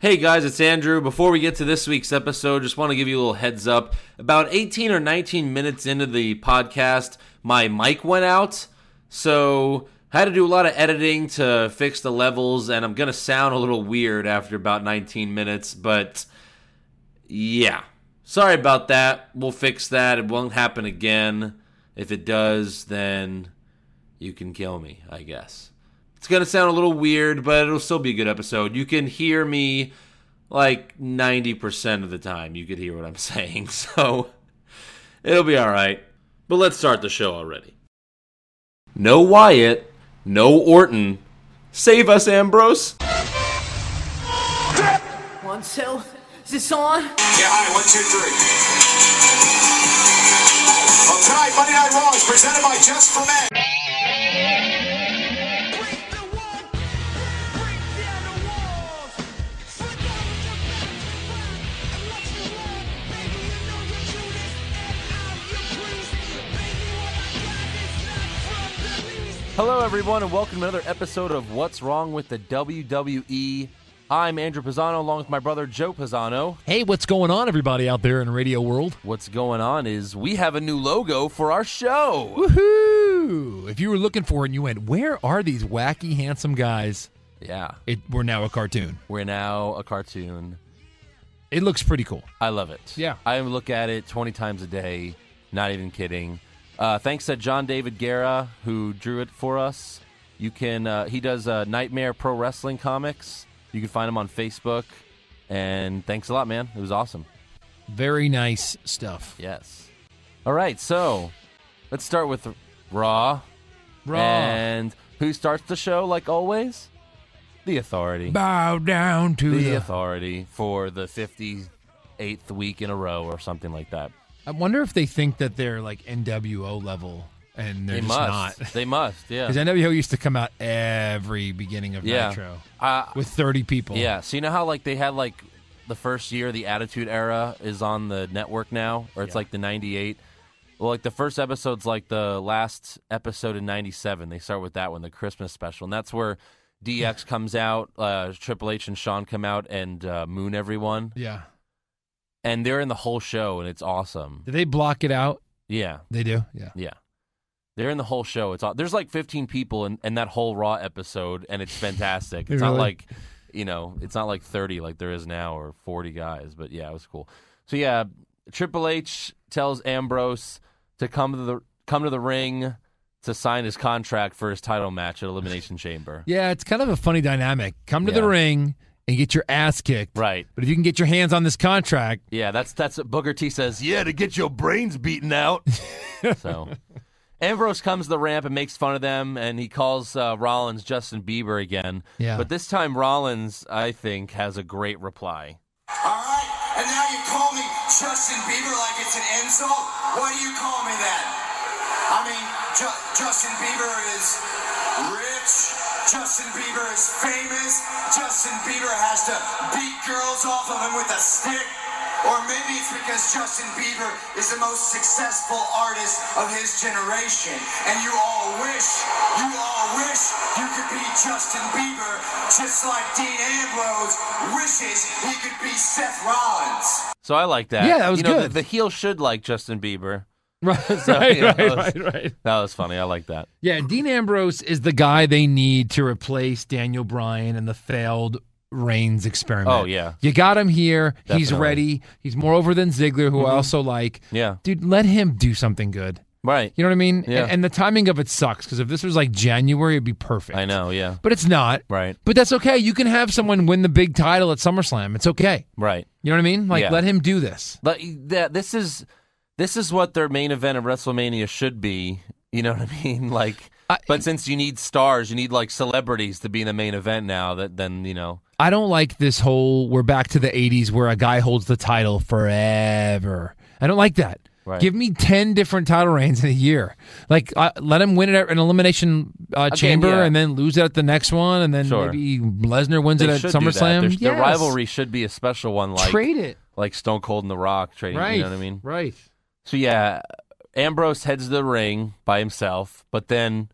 Hey guys, it's Andrew. Before we get to this week's episode, just want to give you a little heads up. About 18 or 19 minutes into the podcast, my mic went out. So I had to do a lot of editing to fix the levels, and I'm going to sound a little weird after about 19 minutes, but yeah. Sorry about that. We'll fix that. It won't happen again. If it does, then you can kill me, I guess. It's going to sound a little weird, but it'll still be a good episode. You can hear me like 90% of the time. You could hear what I'm saying. So it'll be all right. But let's start the show already. No Wyatt, no Orton. Save us, Ambrose. One, two, is this on? Yeah, hi, one, two, three. Well, tonight, Monday Night Raw is presented by Just for Men. Break the walls, break down the walls. Fight down your battles, burn much you want, baby. You know your unit, and I'm your priest. Baby, what I got is not from the least. Hello, everyone, and welcome to another episode of What's Wrong with the WWE. I'm Andrew Pisano, along with my brother Joe Pisano. Hey, what's going on, everybody out there in radio world? What's going on is we have a new logo for our show. Woohoo! If you were looking for it and you went, where are these wacky, handsome guys? Yeah, It, we're now a cartoon. we're now a cartoon. It looks pretty cool. I love it. Yeah. I look at it 20 times a day, not even kidding. Uh, thanks to John David Guerra, who drew it for us. You can, uh, he does uh, Nightmare Pro Wrestling comics. You can find him on Facebook. And thanks a lot, man. It was awesome. Very nice stuff. Yes. All right, so let's start with Raw. Raw. And who starts the show like always? The Authority. Bow down to the, the. Authority for the 58th week in a row or something like that. I wonder if they think that they're like NWO level and they're they just must. not. They must, yeah. Because NWO used to come out every beginning of yeah. Nitro Uh, with 30 people. yeah, so you know how like they had like the first year the Attitude Era is on the network now or it's like the 98 well, like the first episode's like the last episode in '97. They start with that one, the Christmas special, and that's where DX comes out. Uh, Triple H and Sean come out and uh, moon everyone, Yeah. and they're in the whole show, and it's awesome. Did they block it out? Yeah, They do? Yeah. yeah, they're in the whole show. It's all, there's like 15 people in, in that whole Raw episode, and it's fantastic. it's not Really? like you know, it's not like 30 like there is now or 40 guys, but yeah, it was cool. So yeah, Triple H tells Ambrose to come to the come to the ring to sign his contract for his title match at Elimination Chamber. Yeah, it's kind of a funny dynamic. Come to Yeah. the ring and get your ass kicked. Right. But if you can get your hands on this contract, Yeah, that's that's what Booker T says. Yeah, to get your brains beaten out. so Ambrose comes to the ramp and makes fun of them, and he calls uh, Rollins Justin Bieber again. Yeah. But this time Rollins, I think, has a great reply. All right, and now you call me Justin Bieber like it's an insult? Why do you call me that? I mean, Ju- Justin Bieber is rich. Justin Bieber is famous. Justin Bieber has to beat girls off of him with a stick. Or maybe it's because Justin Bieber is the most successful artist of his generation. And you all wish, you all wish you could be Justin Bieber, just like Dean Ambrose wishes he could be Seth Rollins. So I like that. Yeah, that was you know, good. The, the heel should like Justin Bieber. right, right, right, yeah, that right, was- right, That was funny. I like that. Yeah, Dean Ambrose is the guy they need to replace Daniel Bryan and the failed Reigns experiment. Oh, yeah. you got him here. Definitely. He's Mm-hmm. ready. He's more over than Ziggler, who I also like. Yeah. dude, let him do something good. Right. You know what I mean? Yeah. And, and the timing of it sucks because if this was like January, it'd be perfect. I know. Yeah. but it's not. Right. But that's okay. You can have someone win the big title at SummerSlam. It's okay. Right. You know what I mean? Like, Yeah. let him do this. But that this is this is what their main event of WrestleMania should be. You know what I mean? Like, I- but since you need stars, you need like celebrities to be in the main event now. That then you know, I don't like this whole we're back to the 80s where a guy holds the title forever. I don't like that. Right. Give me 10 different title reigns in a year. Like, uh, let him win it at an elimination uh, chamber yeah. and then lose it at the next one, and then Sure. maybe Lesnar wins they it at should do that. SummerSlam. There's- Their Yes. rivalry should be a special one, like Trade it. like Stone Cold and The Rock trading. Right. You know what I mean? Right. So yeah, Ambrose heads to the ring by himself, but then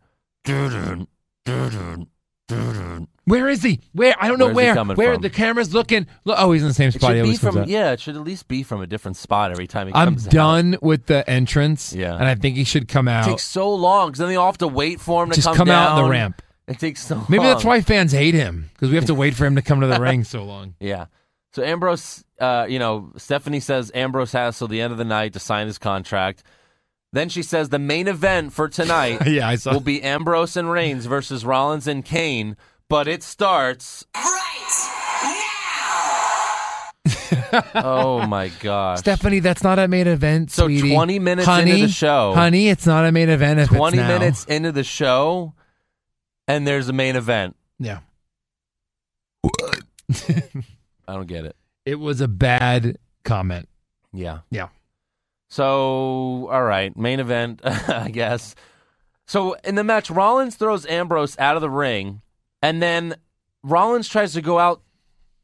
Where is he? Where? I don't know Where's he where. coming where from? the camera's looking. Look, oh, he's in the same It spot. he should be always comes from out. yeah. It should at least be from a different spot every time he I'm comes. out. done with the entrance. Yeah. And I think he should come out. It takes so long because then they all have to wait for him to Just come, come out on the down. ramp. It takes so. Maybe that's long. why fans hate him because we have to wait for him to come to the ring so long. Yeah. So Ambrose, uh, you know, Stephanie says Ambrose has till the end of the night to sign his contract. Then she says the main event for tonight Yeah, I saw. will be Ambrose and Reigns versus Rollins and Kane, but it starts. Right now! Oh my gosh. Stephanie, that's not a main event. So sweetie. 20 minutes into honey, the show. honey, it's not a main event. If it's 20 now. minutes into the show, and there's a main event. Yeah, I don't get it. it was a bad comment. Yeah. Yeah, So, all right, main event, I guess. So, in the match, Rollins throws Ambrose out of the ring, and then Rollins tries to go out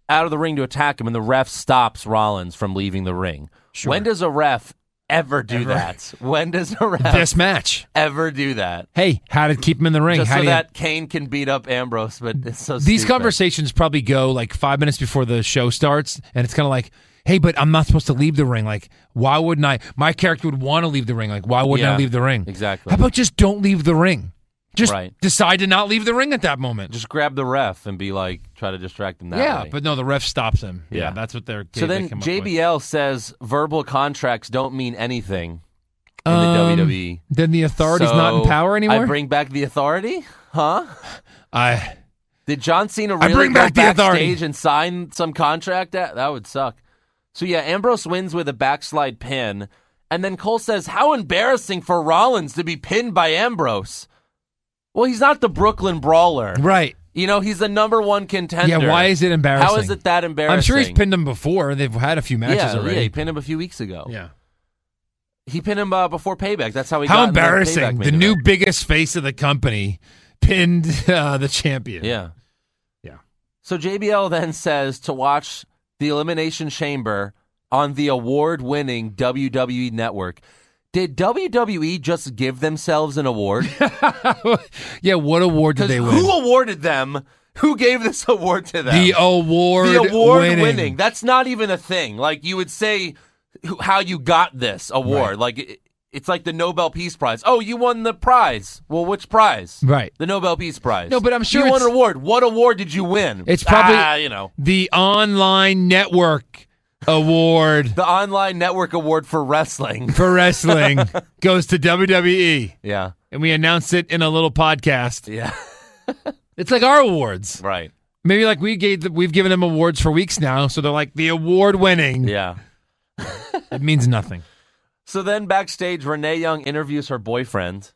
out of the ring to attack him, and the ref stops Rollins from leaving the ring. Sure. When does a ref ever do Ever. that? When does a ref this match. ever do that? Hey, how to keep him in the ring? Just how so do you- that Kane can beat up Ambrose, but it's so these stupid. conversations probably go like five minutes before the show starts, and it's kind of like, hey, but I'm not supposed to leave the ring. Like, why wouldn't I? My character would want to leave the ring. Like, why wouldn't Yeah, I leave the ring? exactly. How about just don't leave the ring? Just Right. decide to not leave the ring at that moment. Just grab the ref and be like, try to distract him that yeah, way. but no, the ref stops him. Yeah, Yeah. that's what they're. So then JBL says verbal contracts don't mean anything in the WWE. Then the Um, authority's not in So power anymore. I bring back the authority, huh? I- Did John Cena really bring go back the authority. backstage and sign some contract? That that would suck. So yeah, Ambrose wins with a backslide pin, and then Cole says, "How embarrassing for Rollins to be pinned by Ambrose." Well, he's not the Brooklyn Brawler, right. You know, he's the number one contender. Yeah, why is it How is embarrassing? it that embarrassing? I'm sure he's pinned him before. They've had a few yeah, matches already. Yeah, he pinned him a few weeks ago. Yeah. He pinned him uh, before payback. That's how he How got in the Payback embarrassing! main The new event. biggest face of the company pinned uh, the champion. Yeah. Yeah. So JBL then says to watch the Elimination Chamber on the award winning WWE E network. Did WWE just give themselves an award? yeah. What award did Because they win? who awarded them? Who gave this award to them? the award. The award winning. winning. That's not even a thing. Like you would say who- how you got this award. Like it, it's like the Nobel Peace Prize. Oh, you won the prize. Well, which prize? Right. The Nobel Peace Prize. No, but I'm sure you won it's- an award. What award did you win? It's probably- Ah, you know The online network award the online network award for wrestling. for wrestling goes to WWE, yeah. and we announce it in a little podcast. Yeah. It's like our awards. Right. Maybe like we gave the, we've given them awards for weeks now, so they're like the award winning. Yeah. It means nothing. So then backstage, Renee Young interviews her boyfriend,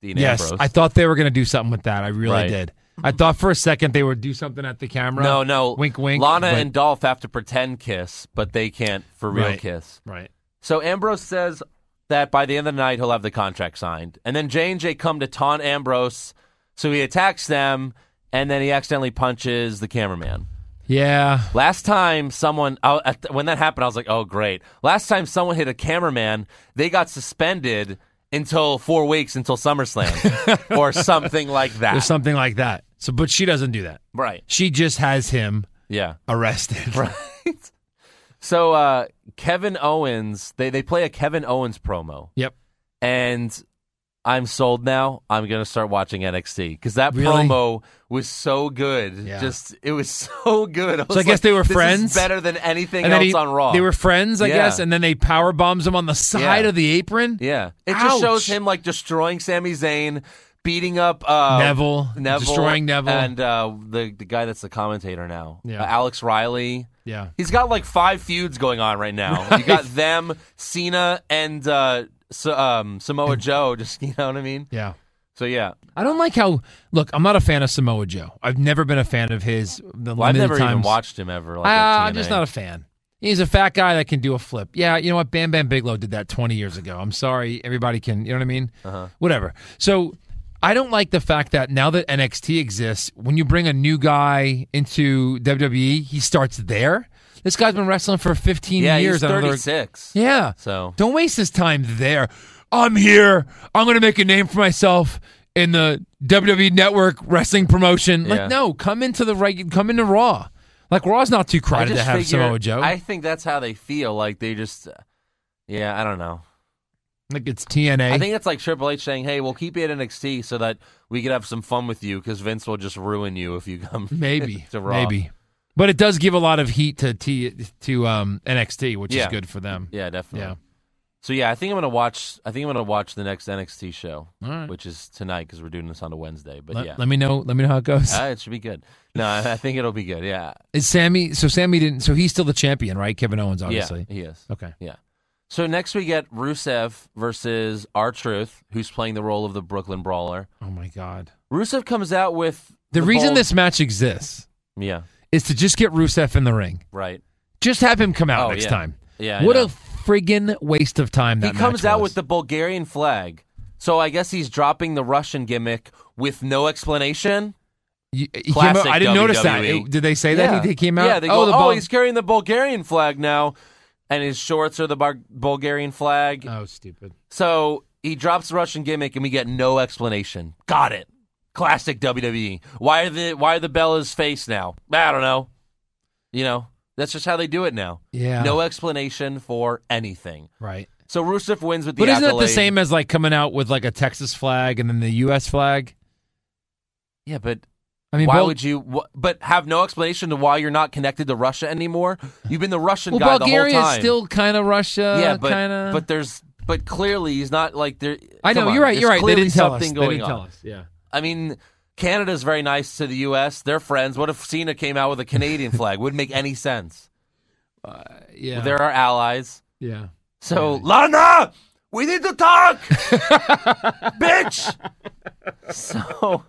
Dean yes, Ambrose. I thought they were going to do something with that. I really Right. did. I thought for a second they would do something at the camera. no, no. Wink, wink. Lana but- and Dolph have to pretend kiss, but they can't for real Right. kiss. right. So Ambrose says that by the end of the night he'll have the contract signed, and then J and J come to taunt Ambrose, so he attacks them, and then he accidentally punches the cameraman. Yeah. Last time someone, I- at the- when that happened, I was like, "Oh, great!" Last time someone hit a cameraman, they got suspended until four weeks until SummerSlam or something like that. or something like that. So, but she doesn't do that. right? She just has him Yeah. arrested. Right. so uh, Kevin Owens, they they play a Kevin Owens promo. Yep. and I'm sold now. I'm gonna start watching NXT because that Really? promo was so good. Yeah. Just it was so good. I, was I guess like, they were this is friends? better than anything then else he- on Raw. They were friends, I Yeah. guess, and then they power bombs him on the side Yeah. of the apron. yeah. It just shows Ouch. him like destroying Sami Zayn, beating up uh, Neville, Neville, destroying Neville. and uh, the the guy that's the commentator now, Yeah. uh, Alex Riley. Yeah. He's got like five feuds going on right now. You got them, Cena, and uh, so, um, Samoa Joe. Just you know what I mean. Yeah. So yeah, I don't like how. Look, I'm not a fan of Samoa Joe. I've never been a fan of his. The Well, I've limited never even times- watched him ever. Like, Ah, on I'm just TNA. not a fan. He's a fat guy that can do a flip. Yeah, you know what? Bam Bam Bigelow did that 20 years ago. I'm sorry, everybody can. You know what I mean? Uh-huh. Whatever. So I don't like the fact that now that NXT exists, when you bring a new guy into WWE, he starts there. This guy's been wrestling for 15 yeah, years. he's on another- 36. yeah. So Don't waste his time there. I'm here. I'm going to make a name for myself. in the WWE Network wrestling promotion. Yeah. Like, no, come into the regular, come into Raw. Like Raw's not too I crowded to just have figure- Samoa Joe. I think that's how they feel. Like they just, yeah, I don't know. like it's TNA. I think that's like Triple H saying, "Hey, we'll keep you at NXT so that we can have some fun with you because Vince will just ruin you if you come." maybe, to Raw. maybe, but it does give a lot of heat to T to um, NXT, which Yeah. is good for them. Yeah, definitely. Yeah. So yeah, I think I'm gonna watch. I think I'm gonna watch the next NXT show, All right. which is tonight because we're doing this on a Wednesday. But Let, yeah, let me know. Let me know how it goes. Uh, it should be good. No, I I think it'll be good. Yeah, Is Sammy? So Sammy didn't. So he's still the champion, right? Kevin Owens, obviously. yeah, he is. Okay. Yeah. So next we get Rusev versus R Truth, who's playing the role of the Brooklyn Brawler. Oh my God. Rusev comes out with The, reason bold- this match exists Yeah. is to just get Rusev in the ring. Right. Just have him come out Oh, next yeah. time. Yeah, I what know. a friggin' waste of time that he comes match out was. with the Bulgarian flag. So I guess he's dropping the Russian gimmick with no explanation. You- he came out- classic I didn't notice that. WWE. It- did they say that he, he came out? Yeah, they oh, go, the oh, ball. he's carrying the Bulgarian flag now, and his shorts are the Bar- Bulgarian flag. oh, stupid. So he drops the Russian gimmick, and we get no explanation. Got it. Classic WWE. Why are the Why are the Bellas face now? I don't know. You know, that's just how they do it now. Yeah. No explanation for anything. Right. So Rusev wins with the. But isn't that the accolade. same as like coming out with like a Texas flag and then the U.S. flag? Yeah, but I mean, why Bul- would you? wh- But have no explanation to why you're not connected to Russia anymore. You've been the Russian well, guy the Bulgaria whole is time. still uh, kind of Russia. yeah, but kind of. but there's but clearly he's not like there. I know come on, you're right. You're there's right. They clearly didn't tell us. something They Going didn't on. tell us. Yeah. I mean, Canada's very nice to the U.S. They're friends. What if Cena came out with a Canadian flag? Wouldn't make any sense. Yeah. They're our allies. yeah. So Lana, we need to talk, bitch. So,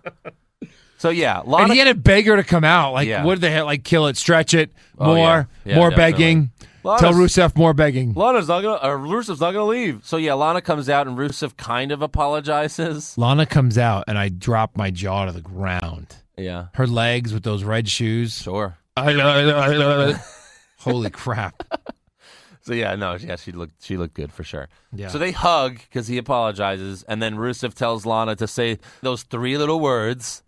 so yeah, And Lana. he had to beg her to come out. Like, Yeah. what did they have? Like, kill it, stretch it, Oh, yeah. more, Yeah, more definitely. begging. Lot Tell of- Rusev more begging. Lana's not gonna. Or Rusev's not gonna leave. So yeah, Lana comes out and Rusev kind of apologizes. Lana comes out, and I drop my jaw to the ground. Yeah, Her legs with those red shoes. sure. I love it, I love it. Holy crap! So yeah, no, yeah, she looked she looked good for sure. Yeah. So they hug because he apologizes, and then Rusev tells Lana to say those three little words.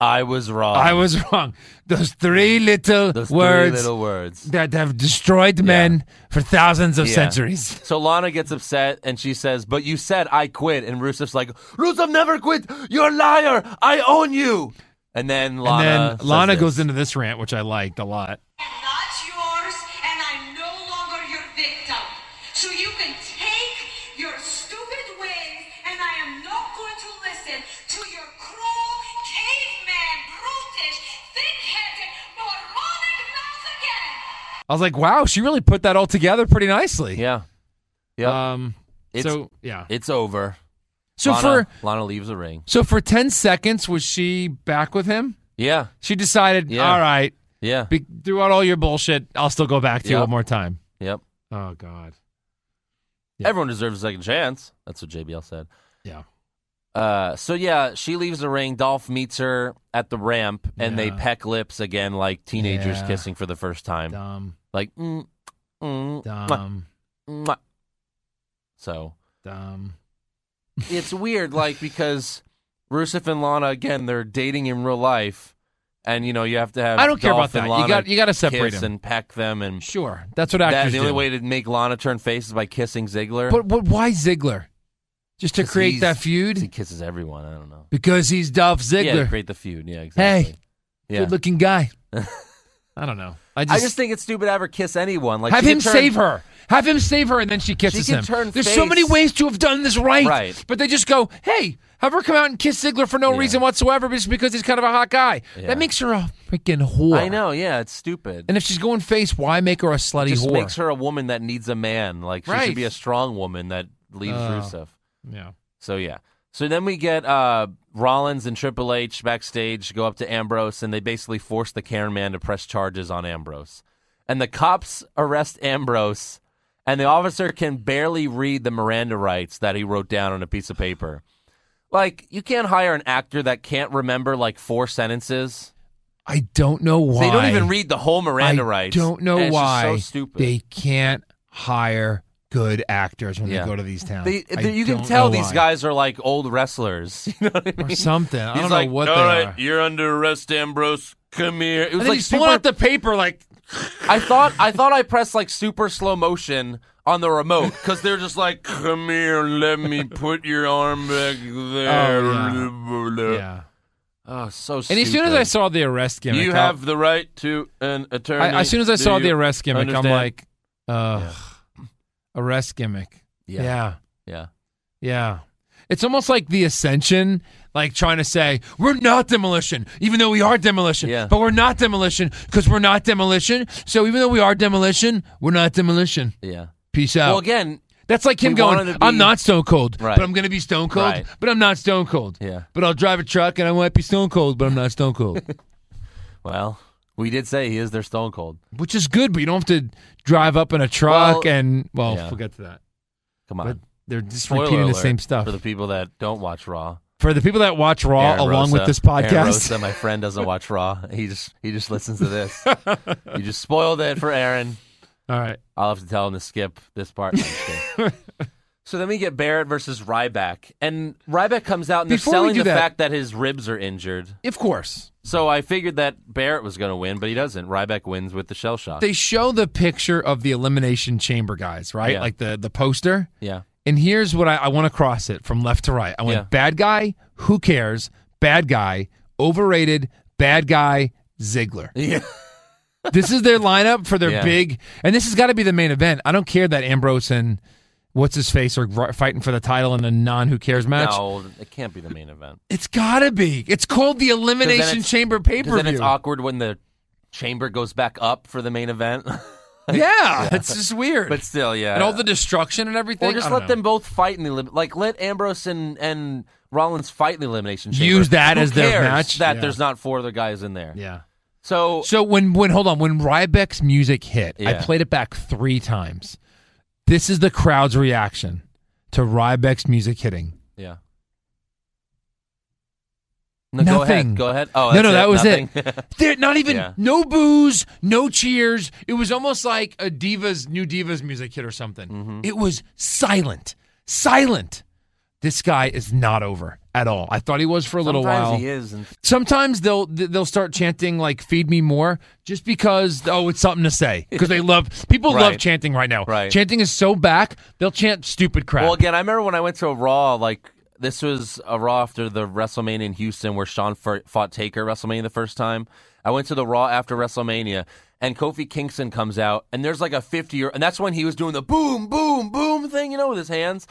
I was wrong. I was wrong. Those three little those words three little words. that have destroyed men for thousands of Yeah. centuries. So Lana gets upset and she says, "But you said I quit," and Rusev's like, "Rusev never quit. You're a liar. I own you." And then Lana and then says Lana this. goes into this rant, which I liked a lot. am not yours, and I'm no longer your victim. So you can take your stupid ways, and I am not going to listen to your cruel caveman, brutish, thick-headed, moronic mouth again. I was like, wow, she really put that all together pretty nicely. "Yeah, Yep. Um. It's- so yeah. it's over." so Lana, for Lana leaves the ring. so for ten seconds, was she back with him? Yeah, She decided, Yeah. all right, yeah, be, throughout all your bullshit, I'll still go back to you Yep. one more time. yep. Oh God. Everyone deserves a second chance. That's what JBL said. Yeah. Uh, so yeah, she leaves the ring. Dolph meets her at the ramp, and they Yeah. peck lips again, like teenagers Yeah. kissing for the first time. Dumb. Like, mm, mm, mwah, Dumb. mwah. so Dumb. it's weird, like because Rusev and Lana again, they're dating in real life, and you know you have to have. I don't care Dolph about and that. You Lana got- you gotta separate kiss them. and peck them, and Sure. That's what that, actors the only do. way to make Lana turn face is by kissing Ziggler. but, but why Ziggler? Just to 'Cause create he's- that he feud? kisses everyone. I don't know. Because he's Dolph Yeah, Ziggler. create the feud. Yeah, exactly. hey, yeah. good looking guy. I don't know. I just, I just think it's stupid to have her kiss anyone. Like have she him could turn- save her. Have him save her and then she kisses can him. turn There's so face. many ways to have done this right. Right. But they just go, hey, have her come out and kiss Ziggler for no Yeah. reason whatsoever just because he's kind of a hot guy. Yeah. That makes her a freaking whore. I know. Yeah, it's stupid. And if she's going face, why make her a slutty just whore? makes her a woman that needs a man. Like she Right. Uh. should be a strong woman that leaves Rusev. yeah. So yeah. So then we get uh, Rollins and Triple H backstage go up to Ambrose and they basically force the cameraman to press charges on Ambrose. And the cops arrest Ambrose and the officer can barely read the Miranda rights that he wrote down on a piece of paper. Like you can't hire an actor that can't remember like four sentences. I don't know why. So they don't even read the whole Miranda I rights. don't know And it's just why so stupid. they can't hire good actors when Yeah. they go to these towns. They, I they- you can don't tell know these why. guys are like old wrestlers. You know what I mean? or something. I He's don't like, know what "All they right, are. You're under arrest, Ambrose. Come here. It was And then like he's super, pulling out the paper like I thought I thought I pressed like super slow motion on the remote because they're just like, come here, let me put your arm back there. Oh, yeah. Oh, so. And as soon as I saw the arrest gimmick, you I- have the right to an attorney. I, as soon as I Do saw you the arrest gimmick, I'm understand? like, uh, arrest gimmick. Yeah. yeah, yeah, yeah. It's almost like the Ascension, like trying to say we're not demolition, even though we are demolition. Yeah. But we're not demolition because we're not demolition. So even though we are demolition, we're not demolition. yeah. Peace out. Well, again, That's like him We going, wanted to I'm be- not Stone Cold, Right. but I'm going to be Stone Cold, Right. but I'm not Stone Cold. Yeah. But I'll drive a truck and I might be Stone Cold, but I'm not Stone Cold. well, we did say he is their Stone Cold. Which is good, but you don't have to drive up in a truck Well, and, well, yeah. we'll get to that. Come on. But they're just Spoiler repeating the alert same stuff. for the people that don't watch Raw. people that watch Raw Aaron along Rosa- with this Aaron podcast, Rosa, my friend doesn't watch Raw. He just he just listens to this. you just spoiled it for Aaron. all right, I'll have to tell him to skip this part. No, I'm just kidding. so then we get Barrett versus Ryback, and Ryback comes out and Before we they're selling do the that- fact that his ribs are injured. of course. So I figured that Barrett was going to win, but he doesn't. Ryback wins with the shell shock. They show the picture of the Elimination Chamber guys, right? Yeah. Like the, the poster. yeah, And here's what I, I want to cross it from left to right. I went Yeah. bad guy, who cares? Bad guy, overrated, bad guy, Ziggler. yeah. this is their lineup for their Yeah. big, and this has got to be the main event. I don't care that Ambrose and what's his face are gr- fighting for the title in a non who cares match. No, it can't be the main event. It's got to be. It's called the 'Cause then Elimination it's- Chamber 'cause pay per Then it's view. awkward when the chamber goes back up for the main event. Yeah, it's just weird. but still, yeah. and all the destruction and everything. Or just I don't let know. them both fight in the elim- like let Ambrose and, and Rollins fight in the elimination chamber. Use that Who as their cares match? That Yeah. there's not four other guys in there. Yeah. So So when when hold on when Ryback's music hit, I Yeah. played it back three times. This is the crowd's reaction to Ryback's music hitting. yeah. No, Go Nothing. ahead. Go ahead. Oh, no, no, that that's was it. Nothing? it. There, not even Yeah. no booze, no cheers. It was almost like a diva's new diva's music hit or something. Mm-hmm. It was silent, silent. This guy is not over at all. I thought he was for a little Sometimes while. he is, and Sometimes they'll they'll start chanting like "Feed me more" just because oh it's something to say because they love people love Right. chanting right now. Right. Chanting is so back they'll chant stupid crap. Well, again, I remember when I went to a Raw, like, this was a Raw after the WrestleMania in Houston where Sean f- fought Taker at WrestleMania the first time. I went to the Raw after WrestleMania, and Kofi Kingston comes out, and there's like a 50 year, and that's when he was doing the boom, boom, boom thing, you know, with his hands.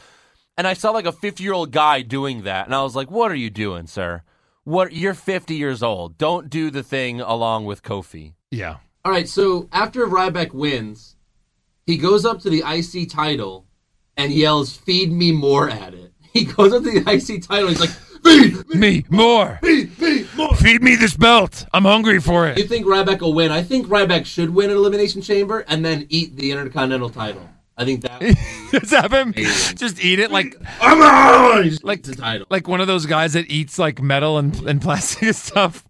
And I saw like a 50 year old guy doing that, and I was like, what are you doing, sir? What you're 50 years old. Don't do the thing along with Kofi. yeah, All right, so after Ryback wins, he goes up to the IC title and yells, "Feed me more" at it. He goes up to the IC title. He's like, "Feed." me more. Feed me more. Feed me this belt. I'm hungry for it. You think Ryback will win? I think Ryback should win an Elimination Chamber and then eat the Intercontinental title. I think that would Just have him just eat it like like the title. like one of those guys that eats like metal and, and plastic and stuff.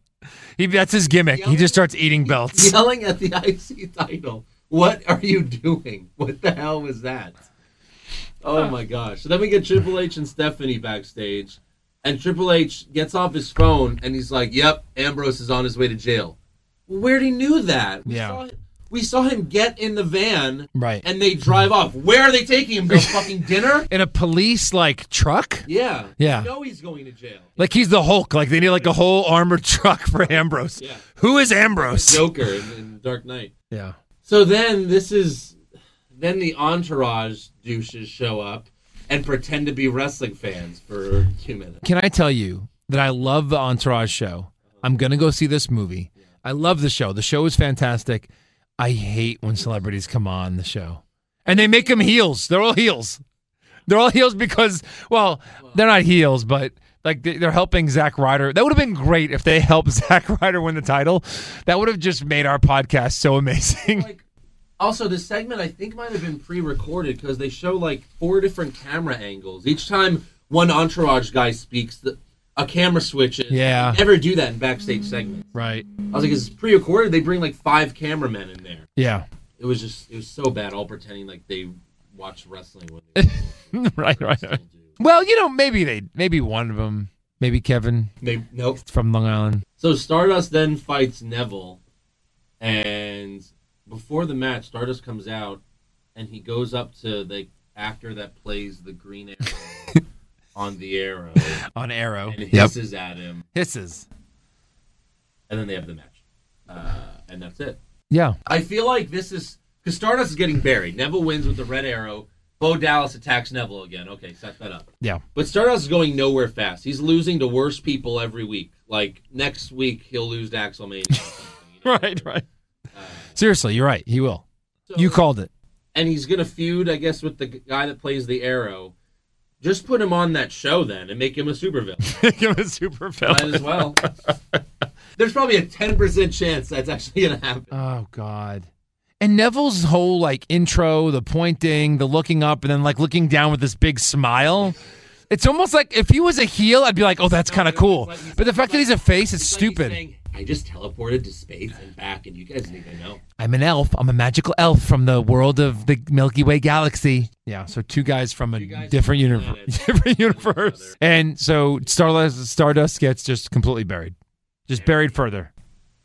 He that's his gimmick. He just starts eating belts. Yelling at the IC title. What are you doing? What the hell was that? Oh my gosh. So then we get Triple H and Stephanie backstage, and Triple H gets off his phone and he's like, Yep, Ambrose is on his way to jail. Well, we already knew that. We Yeah. Saw, we saw him get in the van Right. and they drive off. Where are they taking him? To fucking dinner? In a police like truck? Yeah. Yeah. You know he's going to jail. Like he's the Hulk. Like they need like a whole armored truck for Ambrose. Yeah. Who is Ambrose? Joker in, in Dark Knight. Yeah. So then this is then the entourage douches show up and pretend to be wrestling fans for a few minutes. Can I tell you that I love the Entourage show? I'm gonna go see this movie. I love the show. The show is fantastic. I hate when celebrities come on the show and they make them heels. They're all heels. They're all heels because, well, they're not heels, but like they- they're helping Zack Ryder. That would have been great if they helped Zack Ryder win the title. That would have just made our podcast so amazing. Like also this segment I think might have been pre-recorded because they show like four different camera angles. Each time one entourage guy speaks, the, a camera switches. Yeah. They never do that in backstage segments. Right. I was like, it's pre-recorded. They bring like five cameramen in there. Yeah. It was just it was so bad, all pretending like they watch wrestling with me. right, right. right. Still do. Well, you know, maybe they, maybe one of them, maybe Kevin They nope. from Long Island. So Stardust then fights Neville, and before the match, Stardust comes out, and he goes up to the actor that plays the Green Arrow on the arrow on Arrow. and hisses at him, Hisses. and then they have the match, uh, and that's it. Yeah. I feel like this is because Stardust is getting buried. Neville wins with the red arrow. Bo Dallas attacks Neville again. Okay, set that up. Yeah. But Stardust is going nowhere fast. He's losing to worse people every week. Like next week, he'll lose to Axel Mania. or something, you know? Right, right. Seriously, you're right. He will. You called it. and he's gonna feud, I guess, with the g- guy that plays the arrow. Just put him on that show then, and make him a supervillain. Make him a super Might as well. There's probably a ten percent chance that's actually gonna happen. Oh God. And Neville's whole like intro, the pointing, the looking up, and then like looking down with this big smile. It's almost like if he was a heel, I'd be like, "Oh, that's kind of cool." like he's- But the fact that he's a face, Like it's he's stupid. saying, I just teleported to space and back, and you guys didn't even know. I'm an elf. I'm a magical elf from the world of the Milky Way galaxy. Yeah, so two guys from a guys different from universe, planets. different universe, and so Starless, Stardust gets just completely buried, just buried further.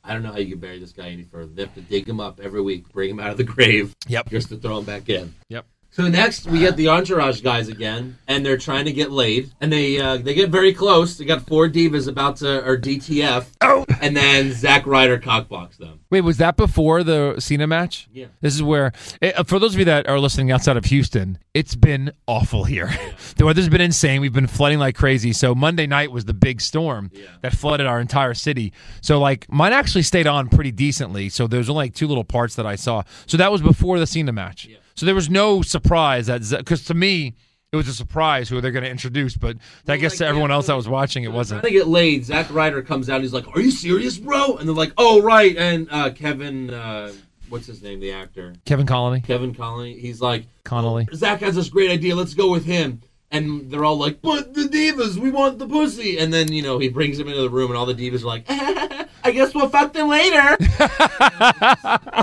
I don't know how you can bury this guy any further. They have to dig him up every week, bring him out of the grave, Yep. just to throw him back in. Yep. So next we get the entourage guys again, and they're trying to get laid, and they uh, they get very close. They got four divas about to or DTF, Oh. and then Zack Ryder cockblocks them. Wait, was that before the Cena match? Yeah. This is where, eh, for those of you that are listening outside of Houston, it's been awful here. the weather's been insane. We've been flooding like crazy. So Monday night was the big storm that flooded our entire city. So like mine actually stayed on pretty decently. So there's only like two little parts that I saw. So that was before the Cena match. So there was no surprise that because to me it was a surprise who they're going to introduce, but I guess like, to yeah, everyone else so- that was watching, it Trying wasn't. to get laid, Zack Ryder comes out. He's like, "Are you serious, bro?" And they're like, "Oh right." And uh, Kevin, uh, what's his name, the actor, Kevin Connolly. Kevin Conley. He's like, Connolly. Zach has this great idea. Let's go with him. And they're all like, but the divas, we want the pussy. And then, you know, he brings him into the room, and all the divas are like, I guess we'll fuck them later.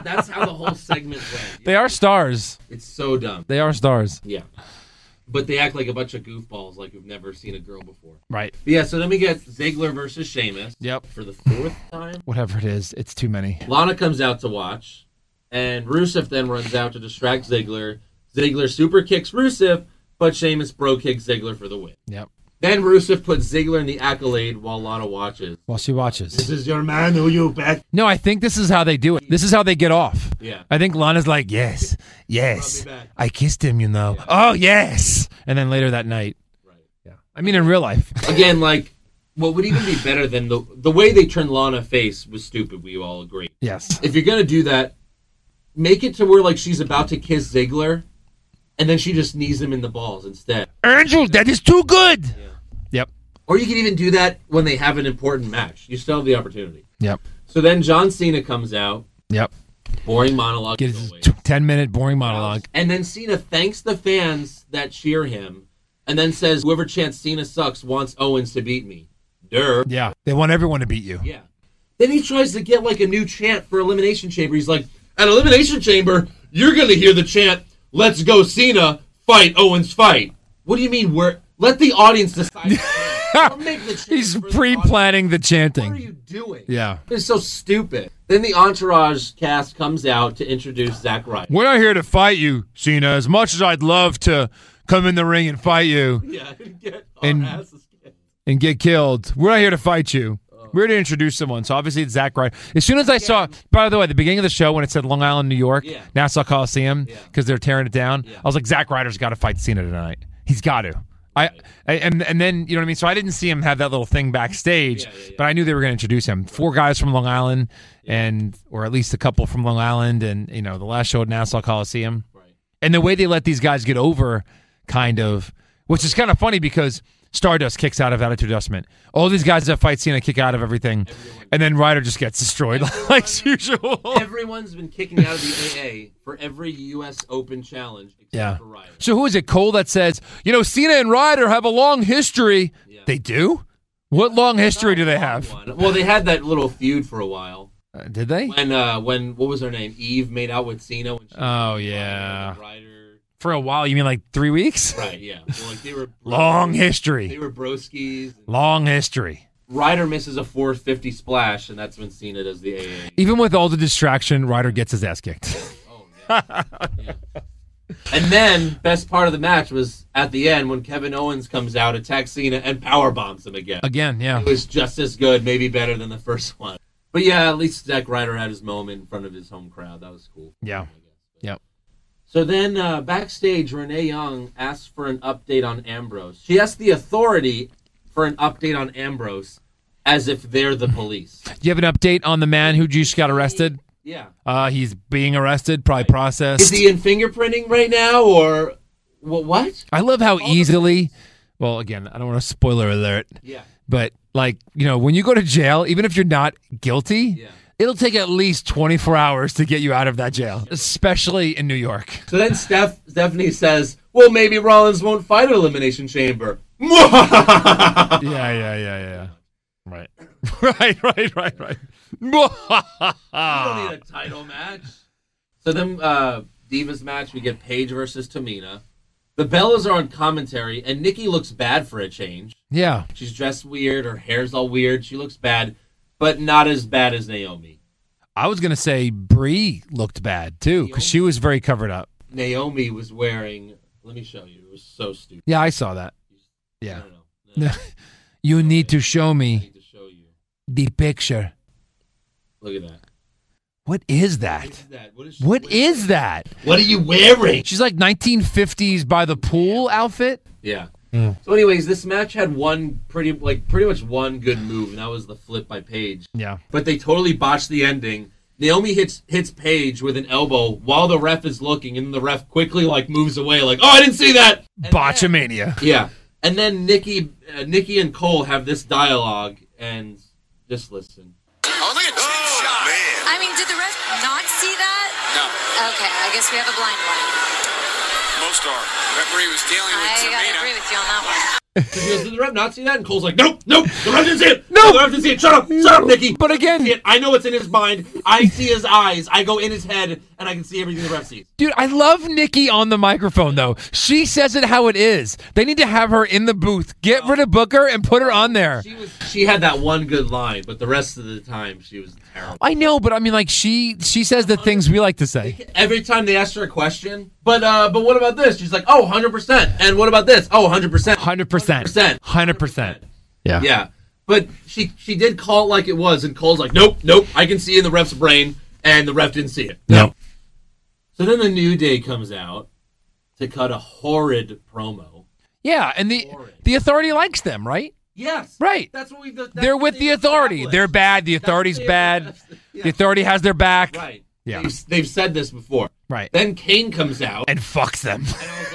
That's how the whole segment went. They are stars. It's so dumb. They are stars. Yeah. But they act like a bunch of goofballs, like who've never seen a girl before. Right. But yeah, so then we get Ziggler versus Sheamus. Yep. For the fourth time. Whatever it is, it's too many. Lana comes out to watch, and Rusev then runs out to distract Ziggler. Ziggler super kicks Rusev, but Sheamus bro kicks Ziggler for the win. Yep. Then Rusev puts Ziggler in the accolade while Lana watches. While she watches. This is your man, who you bet? No, I think this is how they do it. This is how they get off. Yeah. I think Lana's like, yes, yes. Rub me back. I kissed him, you know. Oh, yes. And then later that night. Right. Yeah. I mean, in real life. Again, like, what would even be better than the the way they turned Lana face was stupid. We all agree. yes. If you're gonna do that, make it to where like she's about to kiss Ziggler, and then she just knees him in the balls instead. Angel, that is too good. Yep. Or you can even do that when they have an important match. You still have the opportunity. Yep. So then John Cena comes out, Yep. boring monologue. Get as his always. 10 minute boring monologue. And then Cena thanks the fans that cheer him, and then says, "Whoever chants Cena sucks wants Owens to beat me." Durr. Yeah. They want everyone to beat you. Yeah. Then he tries to get like a new chant for Elimination Chamber. He's like, "At Elimination Chamber, you're gonna hear the chant, Let's go Cena, fight Owens, fight.'" What do you mean? Where? Let the audience decide. the chant. Or make the chant He's for the pre audience. planning the What are chanting. you doing? Yeah. It's so stupid. Then the Entourage cast comes out to introduce Zack Ryder. We're not here to fight you, Cena. As much as I'd love to come in the ring and fight you, Yeah, get our And- asses kicked. and get killed. We're not here to fight you. Oh. We're here to introduce someone. So obviously it's Zack Ryder. As soon as I saw, by the way, the beginning of the show when it said Long Island, New York, Yeah. Nassau Coliseum, Yeah. because they're tearing it down, I was like, Zack Ryder's got to fight Cena tonight. He's got to. I, I and and then you know what I mean. So I didn't see him have that little thing backstage, but I knew they were going to introduce him. Four guys from Long Island, and or at least a couple from Long Island, and you know the last show at Nassau Coliseum and the way they let these guys get over, kind of, which is kind of funny because Stardust kicks out of Attitude Adjustment. All these guys that fight Cena kick out of everything, and then Ryder just gets destroyed like usual. Everyone's been kicking out of the AA for every U.S. Open challenge except Yeah. for Ryder. So who is it? Cole that says, you know, Cena and Ryder have a long history. They do. What long history do they have? One. Well, they had that little feud for a while Uh, did they? when uh, when what was her name? Eve made out with Cena. When she Oh yeah, Ryder. For a while, you mean like three weeks? Right, yeah. Well, like they were Long They history. were broskies. Long history. Ryder misses a 450 splash, and that's when Cena does the AA. Even with all the distraction, Ryder gets his ass kicked. And then, best part of the match was at the end when Kevin Owens comes out, attacks Cena, and power bombs him again. Again, yeah. It was just as good, maybe better than the first one. But yeah, at least Zack Ryder had his moment in front of his home crowd. That was cool. Yeah. Yep. So then uh, backstage, Renee Young asks for an update on Ambrose. She asked the authority for an update on Ambrose as if they're the police. Do you have an update on the man who just got arrested? Yeah. Uh, he's being arrested, probably Is processed. he in fingerprinting right now or what? what? I love how easily. Well, again, I don't want to spoiler alert, Yeah. but like you know, when you go to jail, even if you're not guilty, Yeah. it'll take at least 24 hours to get you out of that jail, especially in New York. So then Steph Stephanie says, "Well, maybe Rollins won't fight at Elimination Chamber." yeah, yeah, yeah, yeah, yeah. Right, right, right, right, right. Ah. don't need a title match. So then, uh, Divas match, we get Paige versus Tamina. The Bellas are on commentary, and Nikki looks bad for a change. yeah, She's dressed weird, her hair's all weird, she looks bad, but not as bad as Naomi. I was gonna say Bree looked bad too because she was very covered up. Naomi was wearing, let me show you, it was so stupid. Yeah, I saw that. Yeah, I don't know. I you need to show me need to show you. the picture. Look at that. What is What that? is that? What is, she What wearing? is that? What are you wearing? She's like 1950s by the pool outfit. Yeah. Yeah. So, anyways, this match had one pretty, like, pretty much one good move, and that was the flip by Paige. Yeah. But they totally botched the ending. Naomi hits hits Paige with an elbow while the ref is looking, and the ref quickly like moves away, like, "Oh, I didn't see that." Botchamania. Yeah. And then Nikki, uh, Nikki and Cole have this dialogue, and just listen. Oh, look at that shot. Man. I mean, did the ref not see that? No, Okay, I guess we have a blind one. most are. Referee was dealing with I gotta agree Tamina. with you on that one. She goes, "Did the ref not see that?" And Cole's like, "Nope, nope, the ref didn't see it. No, the ref didn't see it. Shut up, shut up, Nikki." But again, See it. I know what's in his mind. I see his eyes. I go in his head, and I can see everything the ref sees. dude, I love Nikki on the microphone though. She says it how it is. They need to have her in the booth. Get rid of Booker and put her on there. She was. She had that one good line, but the rest of the time she was terrible. I know, but I mean, like she she says the things we like to say. Every time they asked her a question, but uh, but what about this? She's like, oh, 100 percent. And what about this? Oh, 100 percent. Hundred percent. 100%. Hundred percent. Yeah. Yeah, but she she did call it like it was, and Cole's like, nope, nope. I can see in the ref's brain, and the ref didn't see it. No. So then the new day comes out to cut a horrid promo. Yeah, and the the authority likes them, right? Yes. Right. That's what we. that's They're what with they've the authority. They're established. bad. The authority's That's- bad. yeah. The authority has their back. Right. Yeah. They've, they've said this before. Right. Then Kane comes out. And fucks them.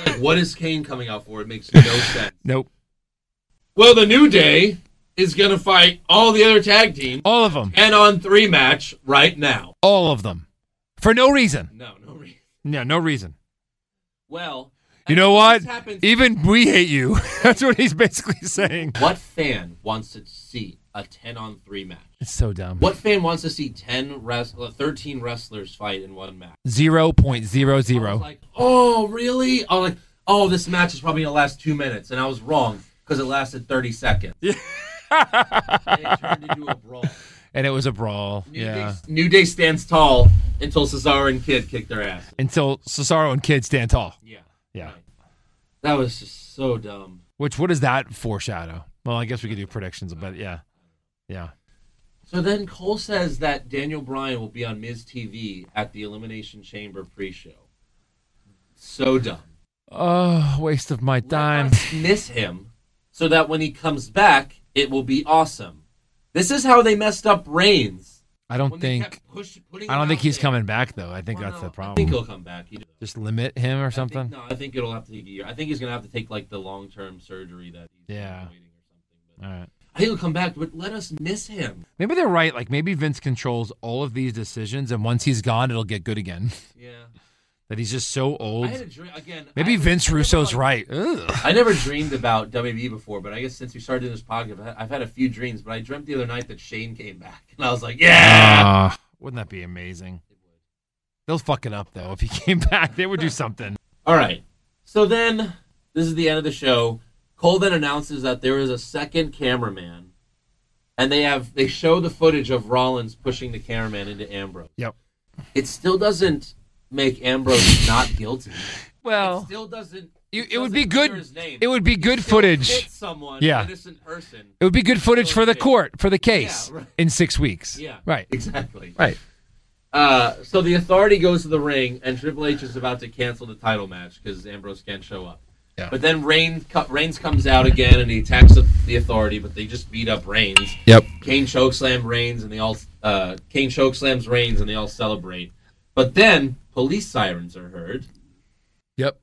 Like, what is Kane coming out for? It makes no sense. Nope. Well, the New Day is going to fight all the other tag teams All of them. and on three match right now. All of them. For no reason. No, no reason. Yeah, no reason. Well, You know what? This happens- Even we hate you. That's what he's basically saying. what fan wants to see a 10 on 3 match? It's so dumb. What fan wants to see 10 wrest- uh, 13 wrestlers fight in one match? Zero point zero I was zero. like, oh, really? I was like, oh, this match is probably going to last two minutes. And I was wrong because it lasted 30 seconds. and it turned into a brawl. And it was a brawl. New, yeah. Day, New Day stands tall until Cesaro and Kid kick their ass. Until Cesaro and Kid stand tall. Yeah. Yeah. That was just so dumb. Which what does that foreshadow? Well, I guess we could do predictions, but yeah. Yeah. So then Cole says that Daniel Bryan will be on Miz TV at the Elimination Chamber pre show. So dumb. Oh, waste of my time. Let's miss him so that when he comes back, it will be awesome. This is how they messed up Reigns. I don't When they think kept push- putting I don't him think out he's there. coming back though. I think Well, that's no, the I think problem. he'll come back. He- Just limit him I or think- something. no, I think it'll have to take a year. I think he's going to have to take like the long term surgery that he's been Yeah. waiting or something. But All right. I think he'll come back, but let us miss him. Maybe they're right. Like maybe Vince controls all of these decisions, and once he's gone, it'll get good again. Yeah. that he's just so old. I had a dream again. Maybe I- Vince I never, Russo's like- right. Ugh. I never dreamed about WWE before, but I guess since we started doing this podcast, I've had- I've had a few dreams. But I dreamt the other night that Shane came back, and I was like, "Yeah, Ah, wouldn't that be amazing? They'll fuck it up though if he came back. They would do something. all right." So then, this is the end of the show. Cole then announces that there is a second cameraman, and they have they show the footage of Rollins pushing the cameraman into Ambrose. Yep. It still doesn't make Ambrose not guilty. It Well, still doesn't. Oh. You- it doesn't would be clear good- his name. it would be good still footage. hit someone, Yeah. innocent person. it would be good footage for the court for the case Yeah, right. in six weeks. Yeah. Right. Exactly. Right. Uh, so the authority goes to the ring, and Triple H is about to cancel the title match because Ambrose can't show up. Yeah. But then Reign, co- Reigns comes out again, and he attacks the, the authority, but they just beat up Reigns. Yep. Kane chokeslam Reigns, and they all uh, Kane chokeslams Reigns, and they all celebrate. But then police sirens are heard, Yep.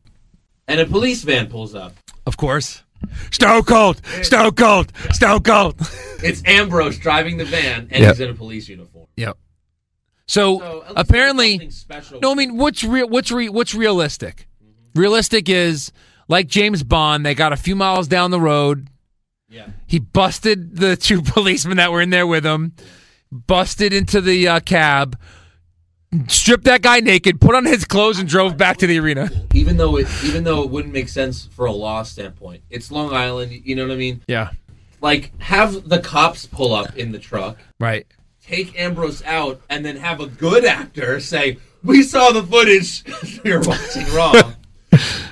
and a police van pulls up. Of course. Stone Cold. Stone Cold. Stone Cold. It's Ambrose driving the van, and Yep. he's in a police uniform. Yep. So, So at least apparently. there's something special. No, I mean, what's real? What's re- what's realistic? Mm-hmm. Realistic is like James Bond. They got a few miles down the road. Yeah. He busted the two policemen that were in there with him. Busted into the uh, cab. Stripped that guy naked. Put on his clothes and drove back to the arena. even though it even though it wouldn't make sense for a law standpoint. It's Long Island, you know what I mean? Yeah. Like have the cops pull up in the truck, Right. take Ambrose out, and then have a good actor say, "We saw the footage. You're watching wrong."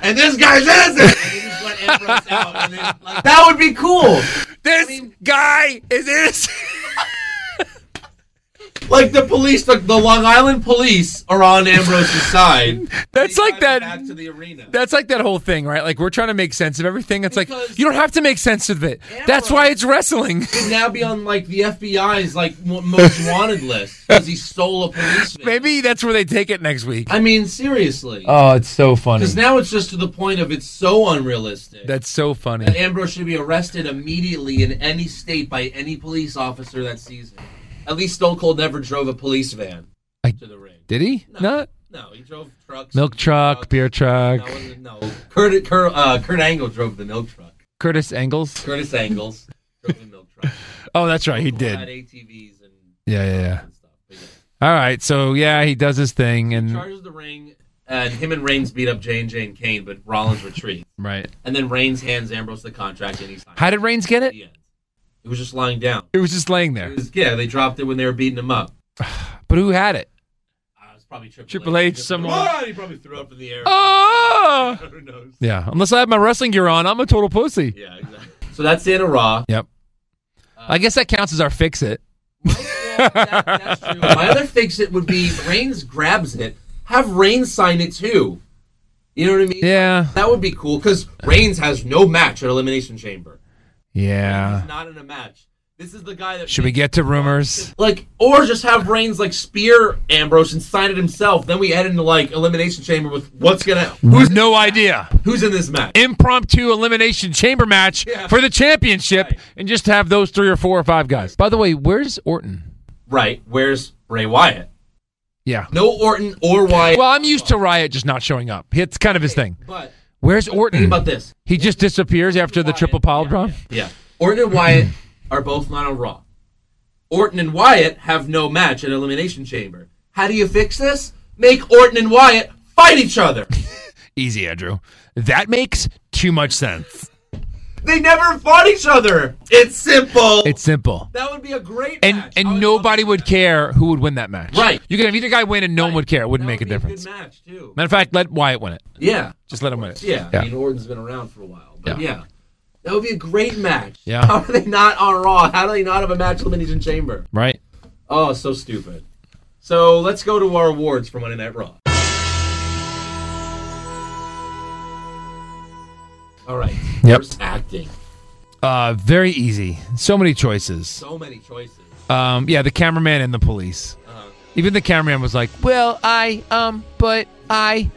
And this guy's innocent. And they just let Ambrose out, and then, like, that would be cool. This mean- guy is innocent. Like the police, the, the Long Island police are on Ambrose's side. That's They like drive him that- Back to the arena. That's like that whole thing, right? Like we're trying to make sense of everything. It's like Because- you don't have to make sense of it. That's why it's wrestling. He'd now be on like the FBI's like mo- most wanted list because he stole a police. van. Maybe that's where they take it next week. I mean, seriously. Oh, it's so funny. Because now it's just to the point of it's so unrealistic That's so funny. that Ambrose should be arrested immediately in any state by any police officer that sees him. At least Stone Cold never drove a police van I- to the ring. Did he? Not No, he drove trucks. milk truck, beer truck. No, it wasn't- no. Kurt, Kurt, uh, Kurt Angle drove the milk truck. Curtis Engels. Curtis Angles drove the milk truck. Oh, that's right, he All Had did. ATVs and, Yeah, yeah, yeah. and stuff. But yeah. All right, so yeah, he does his thing, and Charges the ring, and him and Reigns beat up Jane, Jane, Kane, but Rollins retreats. right. And then Reigns hands Ambrose the contract, and he signs. How did Reigns get it? the end. It was just lying down. It was just laying It there. was- yeah, they dropped it when they were beating him up. But who had it? Uh, it was probably Triple, Triple H, someone. Ah, he probably threw up in the air. Oh! Who knows? Yeah. Unless I have my wrestling gear on, I'm a total pussy. Yeah, exactly. So that's the end of Raw. Yep. I guess that counts as our fix it. That- that's true. My other fix it would be Reigns grabs it, have Reigns sign it too. You know what I mean? Yeah. That would be cool because Reigns has no match at Elimination Chamber. Yeah. He's not in a match. This is the guy that Should we get to rumors? like, or just have Reigns like spear Ambrose and sign it himself. Then we head into like Elimination Chamber with what's gonna Who's no idea? who's in this match. impromptu elimination chamber match Yeah. for the championship and just have those three or four or five guys. By the way, where's Orton? Right? Where's Bray Wyatt? Yeah. No Orton or Wyatt. Well, I'm used to Riot just not showing up. It's kind of his thing. but Where's think Orton? about this. He just disappears after the triple pile drop. Yeah, Orton and Wyatt are both not on Raw. Orton and Wyatt have no match at Elimination Chamber. How do you fix this? Make Orton and Wyatt fight each other. Easy, Andrew. That makes too much sense. they never fought each other. It's simple. It's simple. that would be a great And match. I and would nobody love would that. care who would win that match. Right. You could have either guy win and no one would care. It That wouldn't would make a be difference. good match too. Matter of fact, let Wyatt win it. Yeah. Just let him win it. Yeah, Yeah. I mean Orton's been around for a while, but Yeah. yeah. that would be a great match. Yeah. how are they not on Raw? How do they not have a match at Elimination Chamber? Right? Oh, so stupid. So let's go to our awards for Monday Night Raw. All right. Yep. First acting. Uh, very easy. So many choices. So many choices. Um, yeah, the cameraman and the police. Even the cameraman was like, "Well, I um, but I,"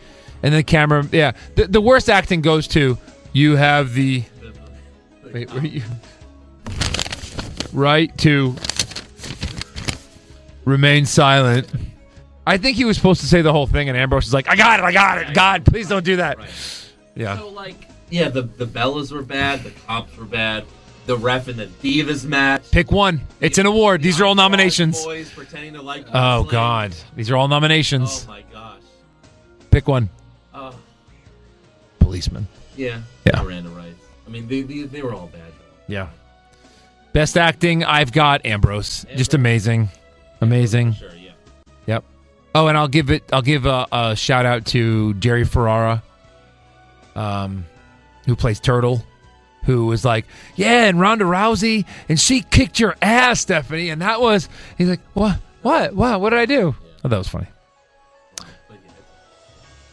and the camera. Yeah, the, the worst acting goes to you have the wait, were you, right to remain silent. I think he was supposed to say the whole thing, and Ambrose is like, "I got it, I got it, God, please don't do that." Yeah, So like, yeah, the the Bellas were bad. The cops were bad. The ref and the Divas match. pick one. It's an award. These are all nominations. Boys pretending to like. Oh wrestling. God, these are all Oh nominations. my gosh. Pick one. Oh. policeman. Yeah. Yeah. Miranda rights. I mean, they, they, they were all bad. Yeah. Best acting, I've got Ambrose. Just amazing, amazing. Sure, yeah. Yep. Oh, and I'll give it. I'll give a, a shout out to Jerry Ferrara, um, who plays Turtle, who was like, "Yeah," and Ronda Rousey, and she kicked your ass, Stephanie, and that was. He's like, "What? What? What? What did I do?" Oh, that was funny.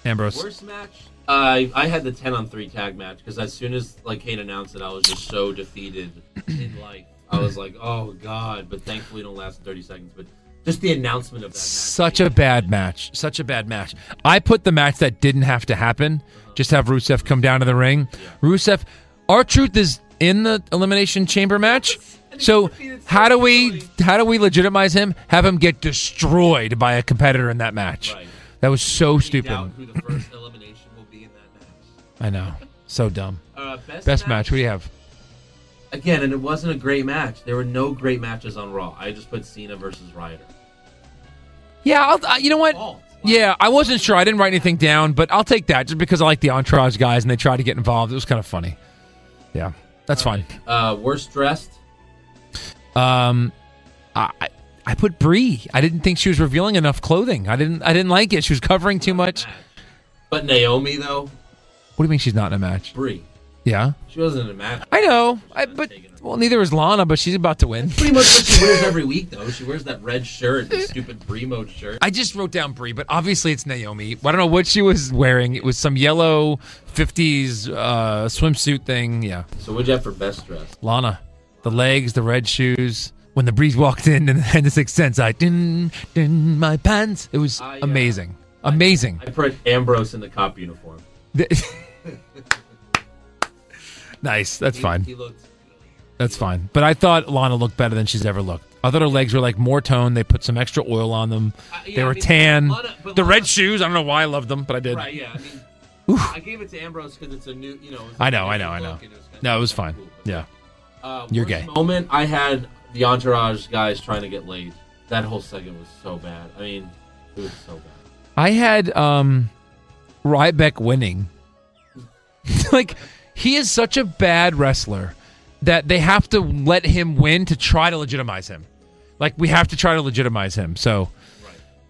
Ambrose. Worst match? I I had the 10 on 3 tag match because as soon as like Kane announced it, I was just so defeated in life. I was like, oh, God. But thankfully, it don't last 30 seconds. But just the announcement of that match. Such a bad match. Such a bad match. I put the match that didn't have to happen. Just have Rusev come down to the ring. Rusev, our truth is in the elimination chamber match. So how do we how do we legitimize him? Have him get destroyed by a competitor in that match? Right. That was so We doubt stupid. who the first elimination will be in that match. I know. So dumb. Uh, best, Best match. Who do you have? Again, and it wasn't a great match. There were no great matches on Raw. I just put Cena versus Ryder. Yeah, I'll, I, you know what? Oh, it's fine. Yeah, I wasn't sure. I didn't write anything down, but I'll take that just because I like the entourage guys and they tried to get involved. It was kind of funny. Yeah, that's fine. Uh, worst dressed. Um, I I- I put Bree. I didn't think she was revealing enough clothing. I didn't I didn't like it. She was covering too much. match. But Naomi, though, What do you mean she's not in a match? Brie. Yeah, She wasn't in a match. I know. I, but well, neither is Lana, but she's about to win. Pretty much what she wears every week, though. She wears that red shirt, the stupid Bremo shirt. I just wrote down Bree, but obviously it's Naomi. I don't know what she was wearing. It was some yellow '50s uh, swimsuit thing. Yeah, So what'd you have for best dressed? Lana, the legs, the red shoes. When the breeze walked in and, and the sixth sense, I didn't, didn't my pants. It was I, uh, amazing, amazing. I put Ambrose in the cop uniform. nice. That's He- fine. He looked. That's fine. But I thought Lana looked better than she's ever looked. I thought her legs were like more toned. They put some extra oil on them. Uh, yeah, they I were mean, tan. Lana- but the Lana- red shoes. I don't know why I loved them, but I did. Right, yeah. I mean, I gave it to Ambrose because it's a new, you know. it was I know. a I know. I different know. look and it was kinda- No, it was fine. cool, but- Yeah. Uh, You're worst gay. Moment I had the entourage guys trying to get laid. That whole segment was so bad. I mean, it was so bad. I had um Ryback winning. like he is such a bad wrestler that they have to let him win to try to legitimize him. Like we have to try to legitimize him. So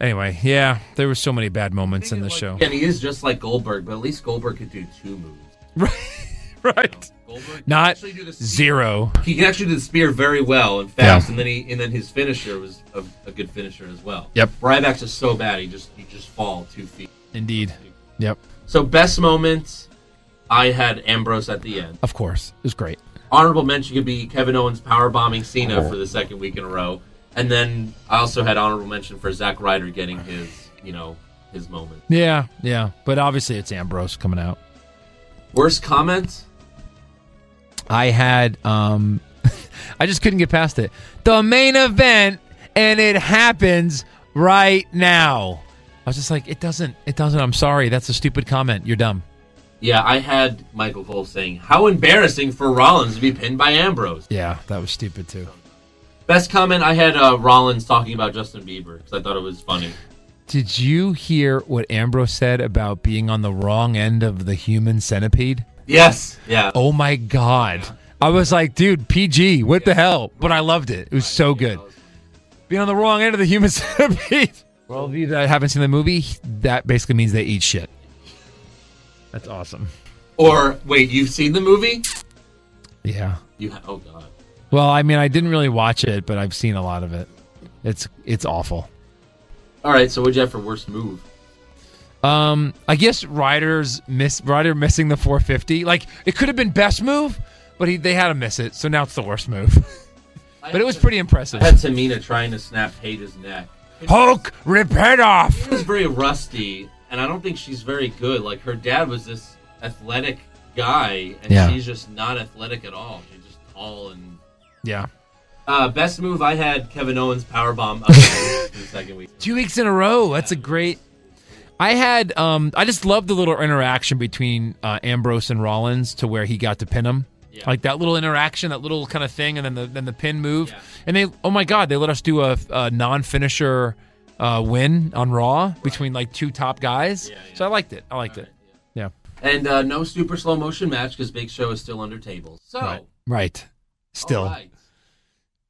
anyway, yeah, there were so many bad moments in the show. And he is just like Goldberg, but at least Goldberg could do two moves. right. Goldberg could Not actually do the spear. zero. He can actually do the spear very well and fast, Yeah. and then he and then his finisher was a, a good finisher as well. Yep. Ryback's is so bad he just you just fall two feet. Indeed. Yep. So best moment, I had Ambrose at the end. Of course. It was great. honorable mention could be Kevin Owens power bombing Oh. Cena for the second week in a row, and then I also had honorable mention for Zack Ryder getting his, you know, his moment. Yeah, yeah. But obviously it's Ambrose coming out. Worst comment? I had um I just couldn't get past it. The main event and it happens right now. I was just like, it doesn't it doesn't, I'm sorry, that's a stupid comment. You're dumb. Yeah, I had Michael Cole saying, "How embarrassing for Rollins to be pinned by Ambrose." Yeah, that was stupid too. Best comment I had uh, Rollins talking about Justin Bieber because I thought it was funny. Did you hear what Ambrose said about being on the wrong end of the human centipede? Yes, yeah. Oh my god. I was like, dude, PG, what the hell? But I loved it. It was so good. Being on the wrong end of the human centipede. For all of you that haven't seen the movie, that basically means they eat shit. That's awesome. Or wait, you've seen the movie? Yeah. You ha- oh god. Well, I mean, I didn't really watch it, but I've seen a lot of it. It's it's awful. All right, so what'd you have for worst move? Um, I guess Ryder's miss Ryder missing the 450. Like it could have been best move, but he, they had to miss it, so now it's the worst move. but it was pretty impressive. I had Tamina trying to snap Paige's neck. Hulk, rip head off. She's very rusty, and I don't think she's very good. Like her dad was this athletic guy, and Yeah. she's just not athletic at all. She's just tall and. Yeah. Uh, best move I had Kevin Owens powerbomb up in the second week. Two weeks in a row. That's a great. I had. Um, I just loved the little interaction between uh, Ambrose and Rollins to where he got to pin him. Like that little interaction, that little kind of thing, and then the then the pin move, and they oh my god, they let us do a, a non finisher uh, win on Raw between like two top guys. So I liked it. I liked it. Yeah. And uh, no super slow motion match because Big Show is still under tables. So, Right. Right. Still. all right.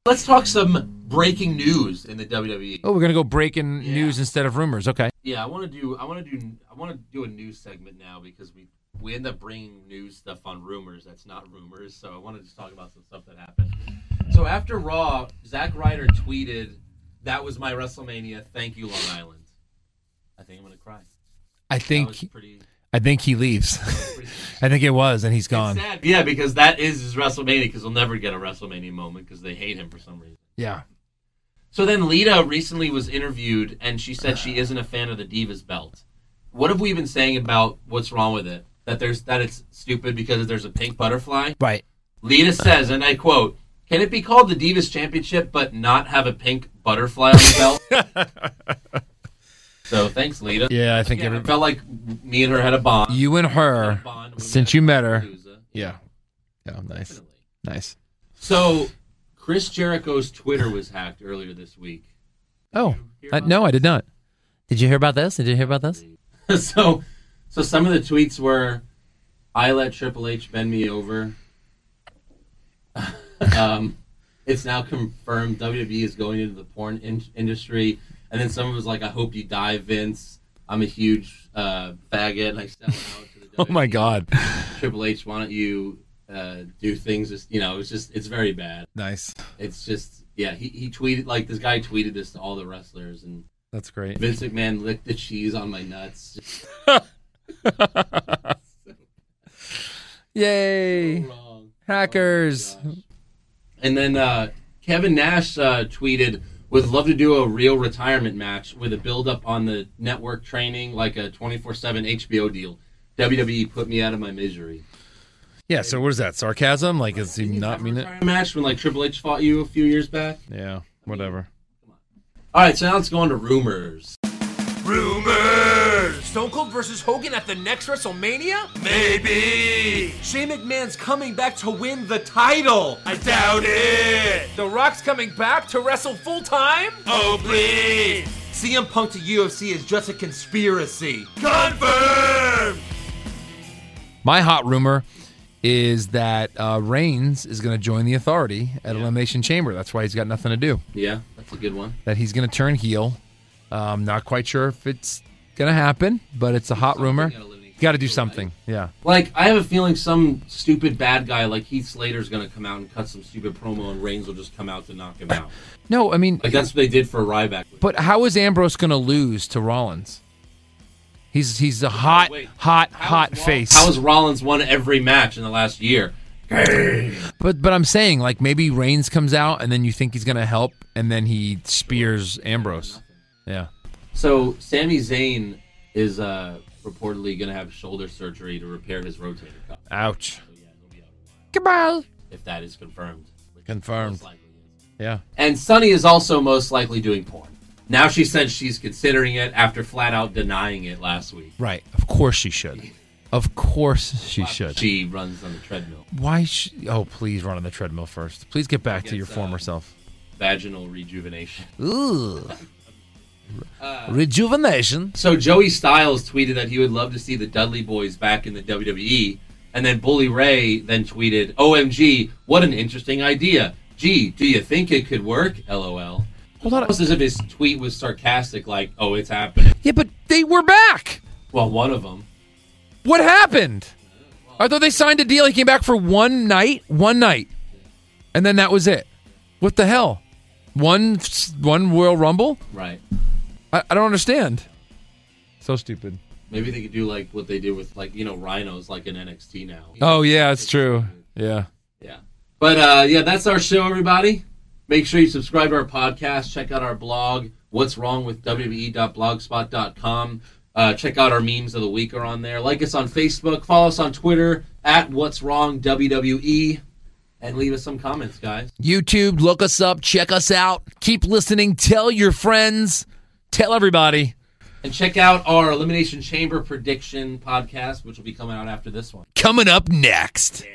let's talk some breaking news in the E. WWE. Oh, we're gonna go breaking news instead of rumors. Okay. Yeah, I want to do. I want to do. I want to do a news segment now because we we end up bringing news stuff on rumors that's not rumors. So I want to just talk about some stuff that happened. So after Raw, Zack Ryder tweeted, "That was my WrestleMania. Thank you, Long Island." I think I'm gonna cry. I That was think pretty. I think he leaves. I think it was, and he's gone. Sad. Yeah, because that is his WrestleMania. Because he'll never get a WrestleMania moment because they hate him for some reason. Yeah. So then Lita recently was interviewed and she said she isn't a fan of the Divas belt. What have we been saying about what's wrong with it? That there's that it's stupid because there's a pink butterfly? Right. Lita says, and I quote, Can it be called the Divas Championship but not have a pink butterfly on the belt? so thanks, Lita. Yeah, I think Again, every it felt like me and her had a bond. you and Had her a bond. We met since you at met her. Palooza. Yeah. Yeah. Nice. Nice. So Chris Jericho's Twitter was hacked earlier this week. Oh I, no, I did not. Did you hear about this? Did you hear about this? so so some of the tweets were I let Triple H bend me over. um, it's now confirmed WWE is going into the porn in- industry. And then someone was like, I hope you die, Vince. I'm a huge uh, faggot. And I sell out to the Oh my WWE. god. E." Triple H, why don't you uh, do things? Just, you know, it's just, it's very bad. Nice. It's just, yeah, he, he tweeted, like, this guy tweeted this to all the wrestlers. And That's great. Vince McMahon licked the cheese on my nuts. Yay. wrong. Hackers. And then uh, Kevin Nash uh, tweeted, "Would love to do a real retirement match with a build up on the network training, like a 24/7 HBO deal. WWE put me out of my misery." Yeah, so what is that? Sarcasm? Like is he not mean it? Retirement match when like Triple H fought you a few years back. Yeah. Whatever. All right, so now let's go on to rumors. Rumors! Stone Cold versus Hogan at the next WrestleMania? Maybe! Shane McMahon's coming back to win the title! I doubt it! The Rock's coming back to wrestle full time? Oh, please! CM Punk to UFC is just a conspiracy. Confirmed! My hot rumor is that uh, Reigns is going to join the Authority at Elimination Chamber. That's why he's got nothing to do. Yeah, that's a good one. That he's going to turn heel. Um, not quite sure if it's going to happen, but it's a hot rumor. at Elimination Got to do Chamber, something. Yeah. Like I have a feeling some stupid bad guy like Heath Slater's gonna come out and cut some stupid promo, and Reigns will just come out to knock him out. No, I mean, Like that's what they did for Ryback. but how is Ambrose going to lose to Rollins? He's he's a hot, Wait, hot, How hot has Roll- face. How has Rollins won every match in the last year? But but I'm saying like maybe Reigns comes out and then you think he's gonna help and then he spears Ambrose. Yeah. So Sami Zayn is uh, reportedly going to have shoulder surgery to repair his rotator cuff. Ouch. So yeah, he'll be out a while Goodbye. if that is confirmed. which Confirmed. most likely is. Yeah. And Sunny is also most likely doing porn. Now she said she's considering it after flat out denying it last week. Right. Of course she should. Of course she should. She runs on the treadmill, Why? Sh- oh, please run on the treadmill first. Please get back to your Yes, uh, former self. vaginal rejuvenation. Ooh. Rejuvenation. So Joey Styles tweeted that he would love to see the Dudley Boys back in the WWE, and then Bully Ray then tweeted, "OMG, what an interesting idea! Gee, do you think it could work? LOL." Hold on. Almost as if his tweet was sarcastic, like, "Oh, it's happening." Yeah, but they were back. Well, one of them. What happened? I thought they signed a deal. He came back for one night, one night, and then that was it. What the hell? One one Royal Rumble? Right. I, I don't understand. So stupid. Maybe they could do like what they do with like you know rhinos, like in NXT now. Oh yeah, it's true. Yeah. Yeah. But uh, yeah, that's our show, everybody. Make sure you subscribe to our podcast. Check out our blog, What's Wrong with E WWE.blogspot.com. Uh, check out our memes of the week are on there. Like us on Facebook. Follow us on Twitter at What's Wrong WWE. And leave us some comments, guys. YouTube, look us up, check us out. Keep listening, tell your friends, tell everybody. And check out our Elimination Chamber prediction podcast, which will be coming out after this one. Coming up next.